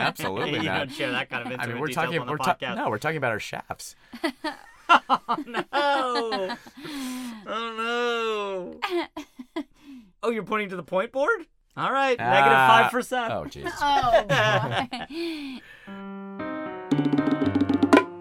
[SPEAKER 3] Absolutely
[SPEAKER 1] you
[SPEAKER 3] not.
[SPEAKER 1] don't share that kind of
[SPEAKER 3] I
[SPEAKER 1] intimate
[SPEAKER 3] mean, we're
[SPEAKER 1] details
[SPEAKER 3] talking.
[SPEAKER 1] on the
[SPEAKER 3] We're ta-
[SPEAKER 1] podcast.
[SPEAKER 3] no, we're talking about our shafts.
[SPEAKER 1] Oh. oh no. oh, you're pointing to the point board? All right,
[SPEAKER 3] Ah.
[SPEAKER 1] negative 5%.
[SPEAKER 3] Oh, Jesus.
[SPEAKER 2] Oh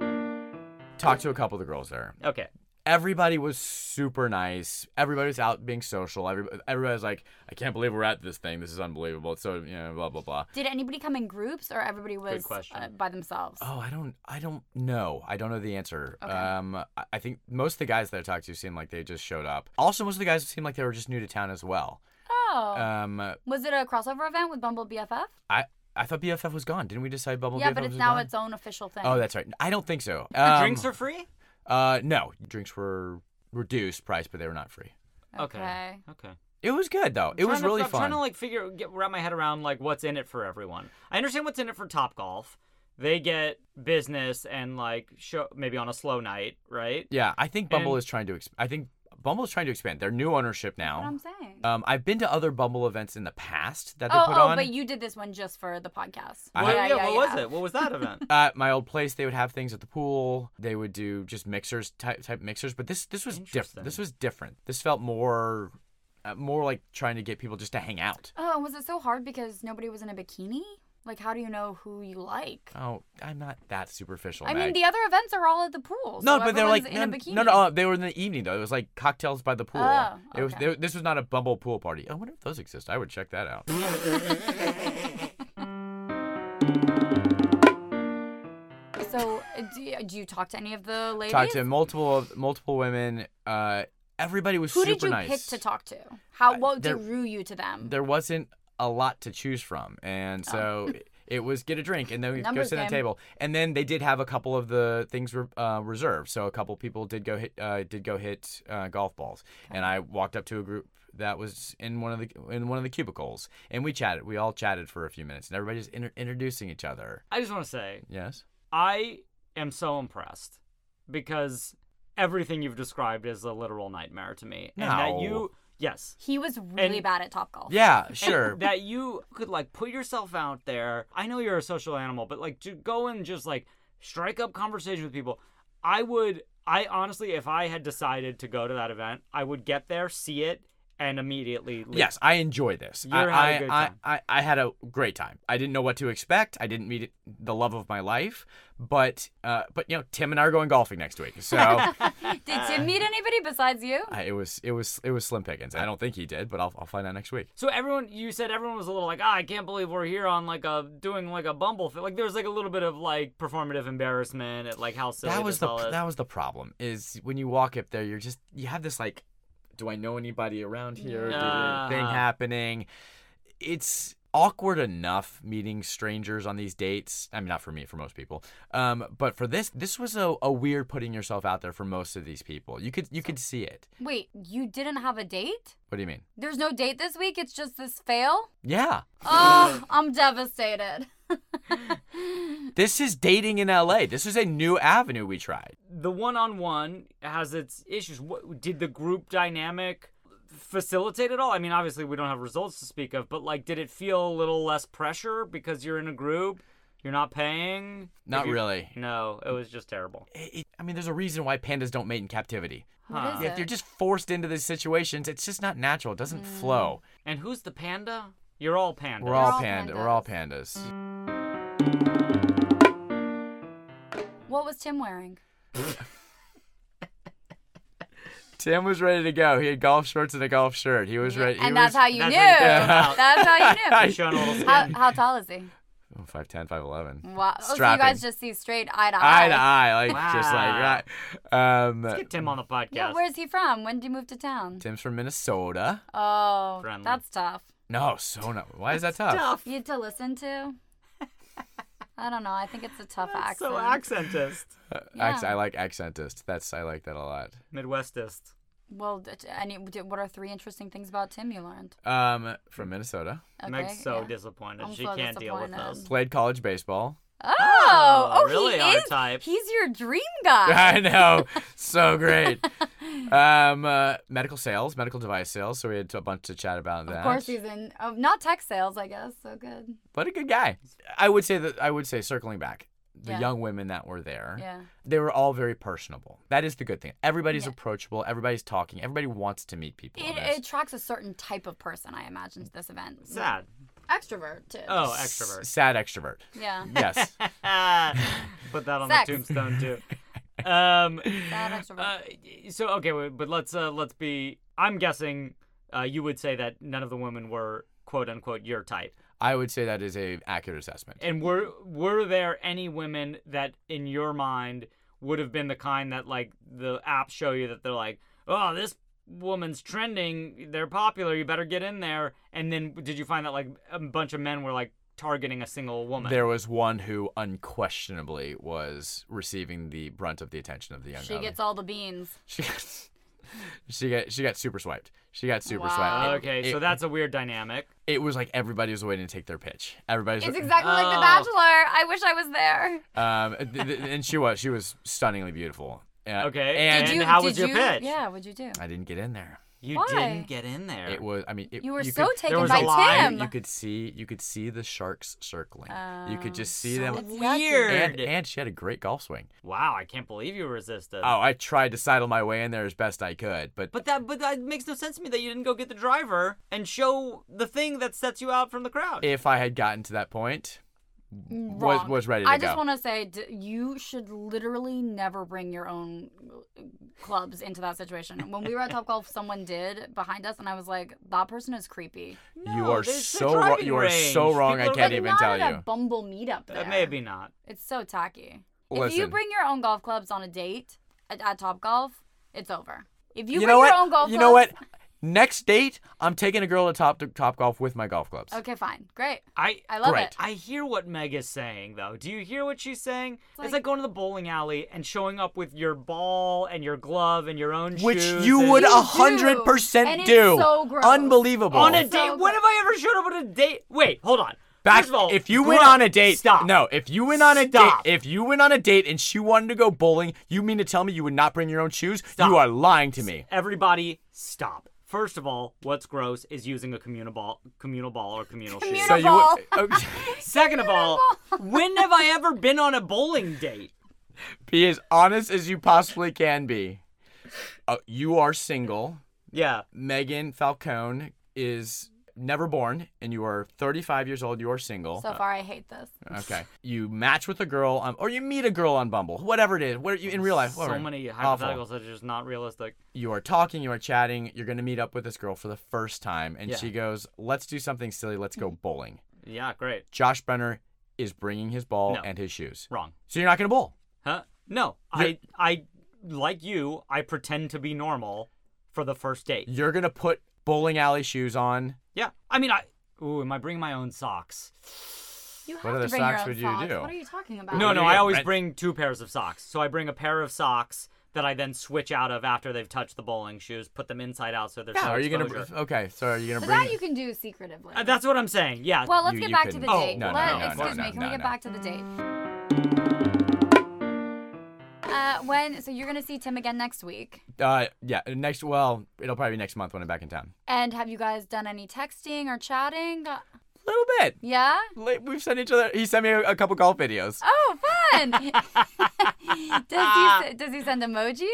[SPEAKER 2] boy.
[SPEAKER 3] Talked to a couple of the girls there.
[SPEAKER 1] Okay.
[SPEAKER 3] everybody was super nice. Everybody was out being social. Everybody, everybody was like, I can't believe we're at this thing. This is unbelievable. It's so, you know, blah, blah, blah.
[SPEAKER 2] Did anybody come in groups or everybody was
[SPEAKER 1] question.
[SPEAKER 2] uh, by themselves?
[SPEAKER 3] Oh, I don't, I don't know. I don't know the answer.
[SPEAKER 2] Okay.
[SPEAKER 3] Um, I- I think most of the guys that I talked to seemed like they just showed up. Also, most of the guys seemed like they were just new to town as well.
[SPEAKER 2] Oh.
[SPEAKER 3] Um,
[SPEAKER 2] was it a crossover event with Bumble BFF?
[SPEAKER 3] I, I thought BFF was gone. Didn't we decide Bubble
[SPEAKER 2] yeah,
[SPEAKER 3] BFF
[SPEAKER 2] but it's
[SPEAKER 3] was
[SPEAKER 2] now
[SPEAKER 3] gone?
[SPEAKER 2] its own official thing.
[SPEAKER 3] Oh, that's right. I don't think so.
[SPEAKER 4] The
[SPEAKER 3] Um,
[SPEAKER 4] drinks are free?
[SPEAKER 3] Uh, no, drinks were reduced price, but they were not free.
[SPEAKER 1] Okay.
[SPEAKER 2] Okay.
[SPEAKER 1] Okay.
[SPEAKER 3] It was good though. It was
[SPEAKER 1] trying to-
[SPEAKER 3] really
[SPEAKER 1] I'm
[SPEAKER 3] fun.
[SPEAKER 1] trying to like figure get, wrap my head around like what's in it for everyone. I understand what's in it for Top Golf. They get business and like show maybe on a slow night, right?
[SPEAKER 3] yeah, I think Bumble
[SPEAKER 1] And-
[SPEAKER 3] is trying to. Exp- I think Bumble is trying to expand. Their new ownership
[SPEAKER 2] That's what
[SPEAKER 3] now.
[SPEAKER 2] I'm saying.
[SPEAKER 3] Um, I've been to other Bumble events in the past that they
[SPEAKER 2] oh,
[SPEAKER 3] put
[SPEAKER 2] oh,
[SPEAKER 3] on.
[SPEAKER 2] but you did this one just for the podcast.
[SPEAKER 3] I-
[SPEAKER 1] What,
[SPEAKER 3] Yeah,
[SPEAKER 1] yeah, what was it? What was that event?
[SPEAKER 3] At my old place, they would have things at the pool. They would do just mixers type type mixers, but this this was
[SPEAKER 1] Interesting.
[SPEAKER 3] different. This was different. This felt more, uh, more like trying to get people just to hang out.
[SPEAKER 2] Oh, was it so hard because nobody was in a bikini? Like, how do you know who you like?
[SPEAKER 3] Oh, I'm not that superficial.
[SPEAKER 2] I
[SPEAKER 3] Meg.
[SPEAKER 2] mean, the other events are all at the pool. so
[SPEAKER 3] No, but they're
[SPEAKER 2] everyone's
[SPEAKER 3] like
[SPEAKER 2] in a
[SPEAKER 3] no,
[SPEAKER 2] bikini.
[SPEAKER 3] no, no. uh, They were in the evening though. It was like cocktails by the pool.
[SPEAKER 2] Oh,
[SPEAKER 3] It was.
[SPEAKER 2] okay.
[SPEAKER 3] They, this was not a Bumble pool party. I wonder if those exist. I would check that out.
[SPEAKER 2] So, uh, do you, do you talk to any of the ladies?
[SPEAKER 3] Talked to multiple of- multiple women. Uh, everybody was
[SPEAKER 2] Who
[SPEAKER 3] super
[SPEAKER 2] did you
[SPEAKER 3] nice.
[SPEAKER 2] pick to talk to? How what
[SPEAKER 3] there-
[SPEAKER 2] drew you to them?
[SPEAKER 3] There wasn't a lot to choose from, and so. It was get a drink and then we go
[SPEAKER 2] Oh. Numbers
[SPEAKER 3] sit at the
[SPEAKER 2] game.
[SPEAKER 3] table, and then they did have a couple of the things re- uh, reserved. So a couple people did go hit uh, did go hit uh, golf balls, and I walked up to a group that was in one of the in one of the cubicles, and we chatted. We all chatted for a few minutes, and everybody's inter- introducing each other.
[SPEAKER 1] I just want to say
[SPEAKER 3] Yes.
[SPEAKER 1] I am so impressed because everything you've described is a literal nightmare to me. And
[SPEAKER 3] No.
[SPEAKER 1] that you yes.
[SPEAKER 2] He was really
[SPEAKER 1] And-
[SPEAKER 2] bad at Top Golf.
[SPEAKER 3] Yeah.
[SPEAKER 1] And
[SPEAKER 3] Sure.
[SPEAKER 1] that you could like put yourself out there. I know you're a social animal, but like to go and just like strike up conversation with people. I would I honestly if I had decided to go to that event, I would get there, see it, and immediately leave.
[SPEAKER 3] Yes, I enjoy this.
[SPEAKER 1] You're
[SPEAKER 3] I,
[SPEAKER 1] having
[SPEAKER 3] I,
[SPEAKER 1] a good
[SPEAKER 3] I,
[SPEAKER 1] time.
[SPEAKER 3] I, I had a great time. I didn't know what to expect. I didn't meet it- the love of my life, but uh, but you know, Tim and I are going golfing next week, so I,
[SPEAKER 2] Did Tim meet anybody besides you?
[SPEAKER 3] it was it was it was slim pickings. I don't think he did, but I'll, I'll find out next week.
[SPEAKER 1] So everyone, you said everyone was a little like, ah, I can't believe we're here on like a doing like a Bumble thing. Like there was like a little bit of like performative embarrassment at like how silly
[SPEAKER 3] that was
[SPEAKER 1] this
[SPEAKER 3] the
[SPEAKER 1] all is.
[SPEAKER 3] that was the problem is when you walk up there, you're just you have this like, do I know anybody around here? Did anything
[SPEAKER 1] Yeah.
[SPEAKER 3] happening? It's awkward enough meeting strangers on these dates. I mean, not for me, for most people. Um, but for this, this was a, a weird putting yourself out there for most of these people. You could you could see it.
[SPEAKER 2] Wait, you didn't have a date?
[SPEAKER 3] What do you mean?
[SPEAKER 2] There's no date this week. It's just this fail.
[SPEAKER 3] Yeah,
[SPEAKER 2] Oh, I'm devastated.
[SPEAKER 3] this is dating in L.A. This is a new avenue we tried.
[SPEAKER 1] the one-on-one has its issues. What did the group dynamic facilitate at all? I mean, obviously we don't have results to speak of, but like, did it feel a little less pressure because you're in a group, you're not paying?
[SPEAKER 3] Not
[SPEAKER 1] If you-
[SPEAKER 3] really.
[SPEAKER 1] No, it was just terrible.
[SPEAKER 3] It- it- I mean, there's a reason why pandas don't mate in captivity.
[SPEAKER 2] What is
[SPEAKER 3] If
[SPEAKER 2] it? Mm.
[SPEAKER 3] you're just forced into these situations, it's just not natural. It doesn't flow.
[SPEAKER 1] And who's the panda? You're all panda.
[SPEAKER 3] We're all
[SPEAKER 2] all
[SPEAKER 3] panda. We're all pandas.
[SPEAKER 2] What was Tim wearing?
[SPEAKER 3] Tim was ready to go. He had golf shorts and a golf shirt. He was ready. He
[SPEAKER 2] and
[SPEAKER 3] was,
[SPEAKER 2] that's how you
[SPEAKER 1] that's
[SPEAKER 2] knew.
[SPEAKER 1] how you picked him out.
[SPEAKER 2] That's how you knew.
[SPEAKER 1] He's showing a little skin.
[SPEAKER 2] How, how tall is he?
[SPEAKER 3] Oh, 5'10", 5'11".
[SPEAKER 2] Wow. Oh, so you
[SPEAKER 3] Strapping.
[SPEAKER 2] guys just see straight eye to eye.
[SPEAKER 3] eye to eye, like just
[SPEAKER 1] Wow.
[SPEAKER 3] like right. Um,
[SPEAKER 1] Get Tim on the podcast.
[SPEAKER 2] Yeah, where's he from? When did he move to town?
[SPEAKER 3] Tim's from Minnesota.
[SPEAKER 2] Oh,
[SPEAKER 1] Friendly.
[SPEAKER 2] that's tough.
[SPEAKER 3] No, so no. Why is that tough?
[SPEAKER 2] You had to listen to? I don't know. I think it's a tough accent.
[SPEAKER 1] So accentist,
[SPEAKER 3] Acc-
[SPEAKER 2] Yeah.
[SPEAKER 3] I like accentist. That's I like that a lot.
[SPEAKER 1] Midwestist.
[SPEAKER 2] Well, d- d- any, d- what are three interesting things about Tim you learned?
[SPEAKER 3] Um, from Minnesota.
[SPEAKER 2] Okay,
[SPEAKER 1] Meg's so
[SPEAKER 2] yeah.
[SPEAKER 1] disappointed.
[SPEAKER 2] I'm
[SPEAKER 1] she
[SPEAKER 2] so
[SPEAKER 1] can't deal with
[SPEAKER 2] disappointed.
[SPEAKER 1] us.
[SPEAKER 3] Played college baseball.
[SPEAKER 2] Oh,
[SPEAKER 1] Oh,
[SPEAKER 2] oh,
[SPEAKER 1] really
[SPEAKER 2] he
[SPEAKER 1] our
[SPEAKER 2] is-
[SPEAKER 1] type.
[SPEAKER 2] He's your dream guy.
[SPEAKER 3] I know, so great. Um, uh, medical sales, medical device sales. So we had a bunch to chat about that.
[SPEAKER 2] Of course, he's in. Oh, not tech sales, I guess. So good.
[SPEAKER 3] but a good guy. I would say that I would say circling back, the
[SPEAKER 2] Yeah.
[SPEAKER 3] young women that were there,
[SPEAKER 2] Yeah.
[SPEAKER 3] they were all very personable. That is the good thing. Everybody's approachable. Everybody's talking. Everybody wants to meet people. in
[SPEAKER 2] It,
[SPEAKER 3] this.
[SPEAKER 2] it attracts a certain type of person, I imagine, to this event.
[SPEAKER 1] Sad.
[SPEAKER 2] Extrovert, too.
[SPEAKER 1] Oh,
[SPEAKER 3] S-
[SPEAKER 1] extrovert.
[SPEAKER 3] Sad extrovert.
[SPEAKER 2] Yeah.
[SPEAKER 3] Yes.
[SPEAKER 1] Put that on
[SPEAKER 2] Sex.
[SPEAKER 1] the tombstone too. Um,
[SPEAKER 2] Sad extrovert.
[SPEAKER 1] uh, so okay, wait, but let's uh, let's be. I'm guessing uh, you would say that none of the women were quote unquote your type.
[SPEAKER 3] I would say that is a accurate assessment.
[SPEAKER 1] And were were there any women that in your mind would have been the kind that like the apps show you that they're like, oh, this woman's trending, they're popular, you better get in there. And then did you find that like a bunch of men were like targeting a single woman?
[SPEAKER 3] There was one who unquestionably was receiving the brunt of the attention of the young.
[SPEAKER 2] she
[SPEAKER 3] woman.
[SPEAKER 2] gets all the beans.
[SPEAKER 3] She got. She got she got super swiped. She got super
[SPEAKER 2] Wow.
[SPEAKER 3] swiped. It-
[SPEAKER 1] okay,
[SPEAKER 3] it,
[SPEAKER 1] so that's a weird dynamic.
[SPEAKER 3] it was like everybody was waiting to take their pitch. Everybody's
[SPEAKER 2] It's exactly like The
[SPEAKER 1] Oh.
[SPEAKER 2] Bachelor. I wish I was there.
[SPEAKER 3] um, th- th- and she was she was stunningly beautiful. Uh,
[SPEAKER 1] Okay,
[SPEAKER 3] and
[SPEAKER 1] Did you- how was your
[SPEAKER 2] you,
[SPEAKER 1] pitch?
[SPEAKER 2] Yeah, what'd you do?
[SPEAKER 3] I didn't get in there.
[SPEAKER 1] You
[SPEAKER 2] Why?
[SPEAKER 1] didn't get in there.
[SPEAKER 3] It was I mean it,
[SPEAKER 2] You were so
[SPEAKER 3] could,
[SPEAKER 1] there
[SPEAKER 2] taken
[SPEAKER 1] was
[SPEAKER 2] by
[SPEAKER 1] a line.
[SPEAKER 2] Tim.
[SPEAKER 3] You could see you could see the sharks circling. you could just see
[SPEAKER 2] Oh, so
[SPEAKER 3] them.
[SPEAKER 2] it's
[SPEAKER 3] And,
[SPEAKER 1] Weird.
[SPEAKER 3] and she had a great golf swing.
[SPEAKER 1] wow, I can't believe you resisted.
[SPEAKER 3] Oh, I tried to sidle my way in there as best I could, but,
[SPEAKER 1] But that but that makes no sense to me that you didn't go get the driver and show the thing that sets you out from the crowd.
[SPEAKER 3] if I had gotten to that point,
[SPEAKER 2] Wrong.
[SPEAKER 3] was was ready to
[SPEAKER 2] I
[SPEAKER 3] go.
[SPEAKER 2] just want to say d- you should literally never bring your own uh, clubs into that situation. When we were at Top Golf, someone did behind us, and I was like, "That person is creepy."
[SPEAKER 3] you
[SPEAKER 1] No,
[SPEAKER 3] are
[SPEAKER 1] there's a
[SPEAKER 3] so wrong.
[SPEAKER 1] driving
[SPEAKER 3] You are so
[SPEAKER 1] range.
[SPEAKER 3] wrong. I
[SPEAKER 1] People are
[SPEAKER 3] can't
[SPEAKER 2] but
[SPEAKER 1] ready-
[SPEAKER 3] even
[SPEAKER 2] not
[SPEAKER 3] tell
[SPEAKER 2] at a
[SPEAKER 3] you.
[SPEAKER 2] Bumble meetup. There.
[SPEAKER 1] Uh, maybe not.
[SPEAKER 2] it's so tacky. If you
[SPEAKER 3] Listen.
[SPEAKER 2] bring your own golf clubs on a date at, at Top Golf, it's over. If you,
[SPEAKER 3] you
[SPEAKER 2] bring
[SPEAKER 3] know
[SPEAKER 2] your
[SPEAKER 3] what?
[SPEAKER 2] own golf
[SPEAKER 3] you know what?
[SPEAKER 2] clubs-
[SPEAKER 3] Next date, I'm taking a girl to top to top golf with my golf clubs.
[SPEAKER 2] Okay, fine, great.
[SPEAKER 1] I
[SPEAKER 2] I love
[SPEAKER 3] Great.
[SPEAKER 2] it.
[SPEAKER 1] I hear what Meg is saying, though. Do you hear what she's saying? It's like,
[SPEAKER 2] like-
[SPEAKER 1] going to the bowling alley and showing up with your ball and your glove and your own
[SPEAKER 3] Which
[SPEAKER 1] shoes
[SPEAKER 3] you
[SPEAKER 1] and-
[SPEAKER 3] would
[SPEAKER 2] You
[SPEAKER 3] a hundred
[SPEAKER 2] do, and
[SPEAKER 3] percent
[SPEAKER 2] it's
[SPEAKER 3] do.
[SPEAKER 2] so gross.
[SPEAKER 3] Unbelievable.
[SPEAKER 1] on a date.
[SPEAKER 2] So
[SPEAKER 1] when have I ever showed up on a date? Wait, hold on.
[SPEAKER 3] Back,
[SPEAKER 1] First of all,
[SPEAKER 3] if you
[SPEAKER 1] glo-
[SPEAKER 3] went on a date,
[SPEAKER 1] stop.
[SPEAKER 3] No, if you went on a
[SPEAKER 1] Stop.
[SPEAKER 3] date, if you went on a date and she wanted to go bowling, you mean to tell me you would not bring your own shoes?
[SPEAKER 1] Stop.
[SPEAKER 3] You are lying to me.
[SPEAKER 1] everybody stop. First of all, what's gross is using a communal ball, communal ball or communal shoe.
[SPEAKER 2] Communal-
[SPEAKER 3] So you would, okay.
[SPEAKER 1] Second of all, when have I ever been on a bowling date?
[SPEAKER 3] be as honest as you possibly can be. Uh, you are single.
[SPEAKER 1] Yeah.
[SPEAKER 3] Megan Falcone is never born, and you are 35 years old. You are single.
[SPEAKER 2] So far, I hate this.
[SPEAKER 3] Okay. You match with a girl, on, or you meet a girl on Bumble, whatever it is. Where you in real life?
[SPEAKER 1] So
[SPEAKER 3] whatever.
[SPEAKER 1] many
[SPEAKER 3] Awful.
[SPEAKER 1] hypotheticals that are just not realistic.
[SPEAKER 3] You are talking, you are chatting. You're going to meet up with this girl for the first time, and
[SPEAKER 1] Yeah.
[SPEAKER 3] she goes, "Let's do something silly. Let's go bowling."
[SPEAKER 1] Yeah, great.
[SPEAKER 3] Josh Brenner is bringing his ball
[SPEAKER 1] No.
[SPEAKER 3] and his shoes,
[SPEAKER 1] Wrong.
[SPEAKER 3] so you're not going to bowl.
[SPEAKER 1] Huh? No. I I like you, I pretend to be normal for the first date.
[SPEAKER 3] You're going to put bowling alley shoes on.
[SPEAKER 1] Yeah. I mean, I Ooh, am I bringing my own socks?
[SPEAKER 2] You have
[SPEAKER 3] other
[SPEAKER 2] to bring your
[SPEAKER 3] socks
[SPEAKER 2] own
[SPEAKER 3] would you
[SPEAKER 2] socks.
[SPEAKER 3] Uh, do?
[SPEAKER 2] What are you talking about?
[SPEAKER 1] No,
[SPEAKER 3] Ooh,
[SPEAKER 1] no,
[SPEAKER 3] you
[SPEAKER 1] I
[SPEAKER 3] got
[SPEAKER 1] always
[SPEAKER 3] red-
[SPEAKER 1] bring two pairs of socks. So I bring a pair of socks that I then switch out of after they've touched the bowling shoes, put them inside out so there's
[SPEAKER 3] Yeah,
[SPEAKER 1] no
[SPEAKER 3] are you going
[SPEAKER 1] exposure.
[SPEAKER 3] to? Okay, so are you going to
[SPEAKER 2] But
[SPEAKER 3] bring?
[SPEAKER 2] that you can do secretively.
[SPEAKER 1] Uh, that's what I'm saying. Yeah.
[SPEAKER 2] well, let's
[SPEAKER 3] you-
[SPEAKER 2] get
[SPEAKER 3] you
[SPEAKER 2] back to
[SPEAKER 3] couldn't.
[SPEAKER 2] the
[SPEAKER 1] Oh,
[SPEAKER 2] date.
[SPEAKER 1] no, no,
[SPEAKER 2] Let-
[SPEAKER 1] no, no,
[SPEAKER 2] excuse
[SPEAKER 3] no,
[SPEAKER 2] me. Can
[SPEAKER 3] no,
[SPEAKER 2] we get
[SPEAKER 3] no.
[SPEAKER 2] back to the date? Uh, when so you're gonna see Tim again next week?
[SPEAKER 3] uh, yeah, next. Well, it'll probably be next month when I'm back in town.
[SPEAKER 2] And have you guys done any texting or chatting? Uh,
[SPEAKER 3] A little bit.
[SPEAKER 2] Yeah.
[SPEAKER 3] Like, We've sent each other. He sent me a, a couple golf videos.
[SPEAKER 2] Oh, fun!
[SPEAKER 1] Ah.
[SPEAKER 2] does he does he send emojis?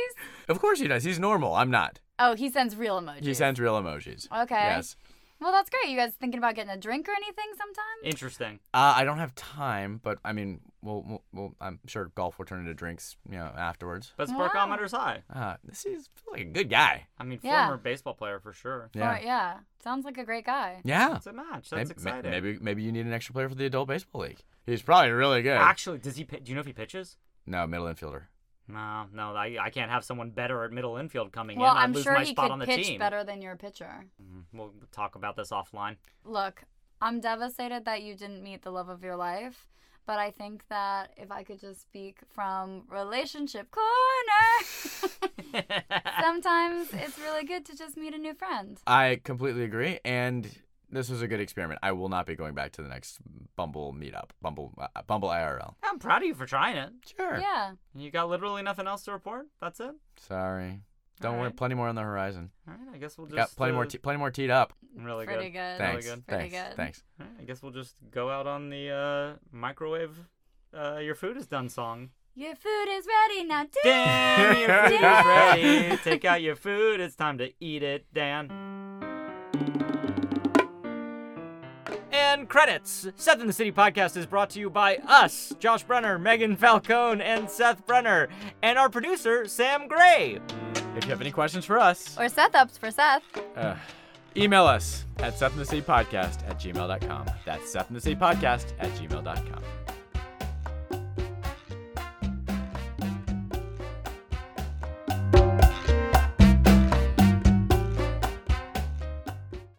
[SPEAKER 3] Of course he does. He's normal. I'm not.
[SPEAKER 2] Oh, he sends real emojis.
[SPEAKER 3] He sends real emojis.
[SPEAKER 2] Okay.
[SPEAKER 3] Yes.
[SPEAKER 2] Well, that's great. You guys thinking about getting a drink or anything sometime?
[SPEAKER 1] Interesting.
[SPEAKER 3] Uh, I don't have time, but I mean, we'll, we'll, we'll, I'm sure golf will turn into drinks, you know, afterwards.
[SPEAKER 1] But
[SPEAKER 2] Wow.
[SPEAKER 1] sparkometer's high.
[SPEAKER 3] Uh, this is like a good guy.
[SPEAKER 1] I mean,
[SPEAKER 2] Yeah.
[SPEAKER 1] former baseball player for sure.
[SPEAKER 3] Yeah.
[SPEAKER 2] Or- yeah. Sounds like a great guy.
[SPEAKER 3] Yeah.
[SPEAKER 1] It's a match. That's
[SPEAKER 3] Maybe, ma-
[SPEAKER 1] exciting.
[SPEAKER 3] maybe maybe you need an extra player for the adult baseball league. He's probably really good.
[SPEAKER 1] Actually, does he? pi- Do you know if he pitches?
[SPEAKER 3] no, middle infielder.
[SPEAKER 1] No, no, I, I can't have someone better at middle infield coming
[SPEAKER 2] Well,
[SPEAKER 1] in. I
[SPEAKER 2] I'm
[SPEAKER 1] lose
[SPEAKER 2] sure
[SPEAKER 1] my
[SPEAKER 2] he
[SPEAKER 1] spot
[SPEAKER 2] could
[SPEAKER 1] on the
[SPEAKER 2] pitch
[SPEAKER 1] team.
[SPEAKER 2] better than your pitcher.
[SPEAKER 1] Mm, We'll talk about this offline.
[SPEAKER 2] Look, I'm devastated that you didn't meet the love of your life, but I think that if I could just speak from relationship corner, sometimes it's really good to just meet a new friend.
[SPEAKER 3] I completely agree, and this was a good experiment. I will not be going back to the next Bumble meetup, Bumble uh, Bumble IRL.
[SPEAKER 1] I'm proud of you for trying it.
[SPEAKER 3] Sure.
[SPEAKER 2] Yeah.
[SPEAKER 1] You got literally nothing else to report. That's it.
[SPEAKER 3] Sorry. Don't
[SPEAKER 1] All
[SPEAKER 3] worry.
[SPEAKER 1] right.
[SPEAKER 3] Plenty more on the horizon.
[SPEAKER 1] All right, I guess we'll just
[SPEAKER 3] Got plenty more.
[SPEAKER 1] uh,
[SPEAKER 3] Te- plenty more teed up.
[SPEAKER 1] really
[SPEAKER 2] Pretty good.
[SPEAKER 1] good.
[SPEAKER 3] Thanks.
[SPEAKER 1] good.
[SPEAKER 2] Pretty
[SPEAKER 3] Thanks.
[SPEAKER 2] good.
[SPEAKER 3] Thanks.
[SPEAKER 1] All right, I guess we'll just go out on the uh, microwave. Uh, your food is done song.
[SPEAKER 2] Your food is ready now. Dip.
[SPEAKER 1] Damn, your food is ready. Take out your food. It's time to eat it, Dan. And credits. Seth in the City podcast is brought to you by us, Josh Brenner, Megan Falcone, and Seth Brenner, and our producer, Sam Gray.
[SPEAKER 3] If you have any questions for us,
[SPEAKER 2] Or Seth ups for Seth.
[SPEAKER 3] uh, email us at Podcast at gmail.com. That's Podcast at gmail.com.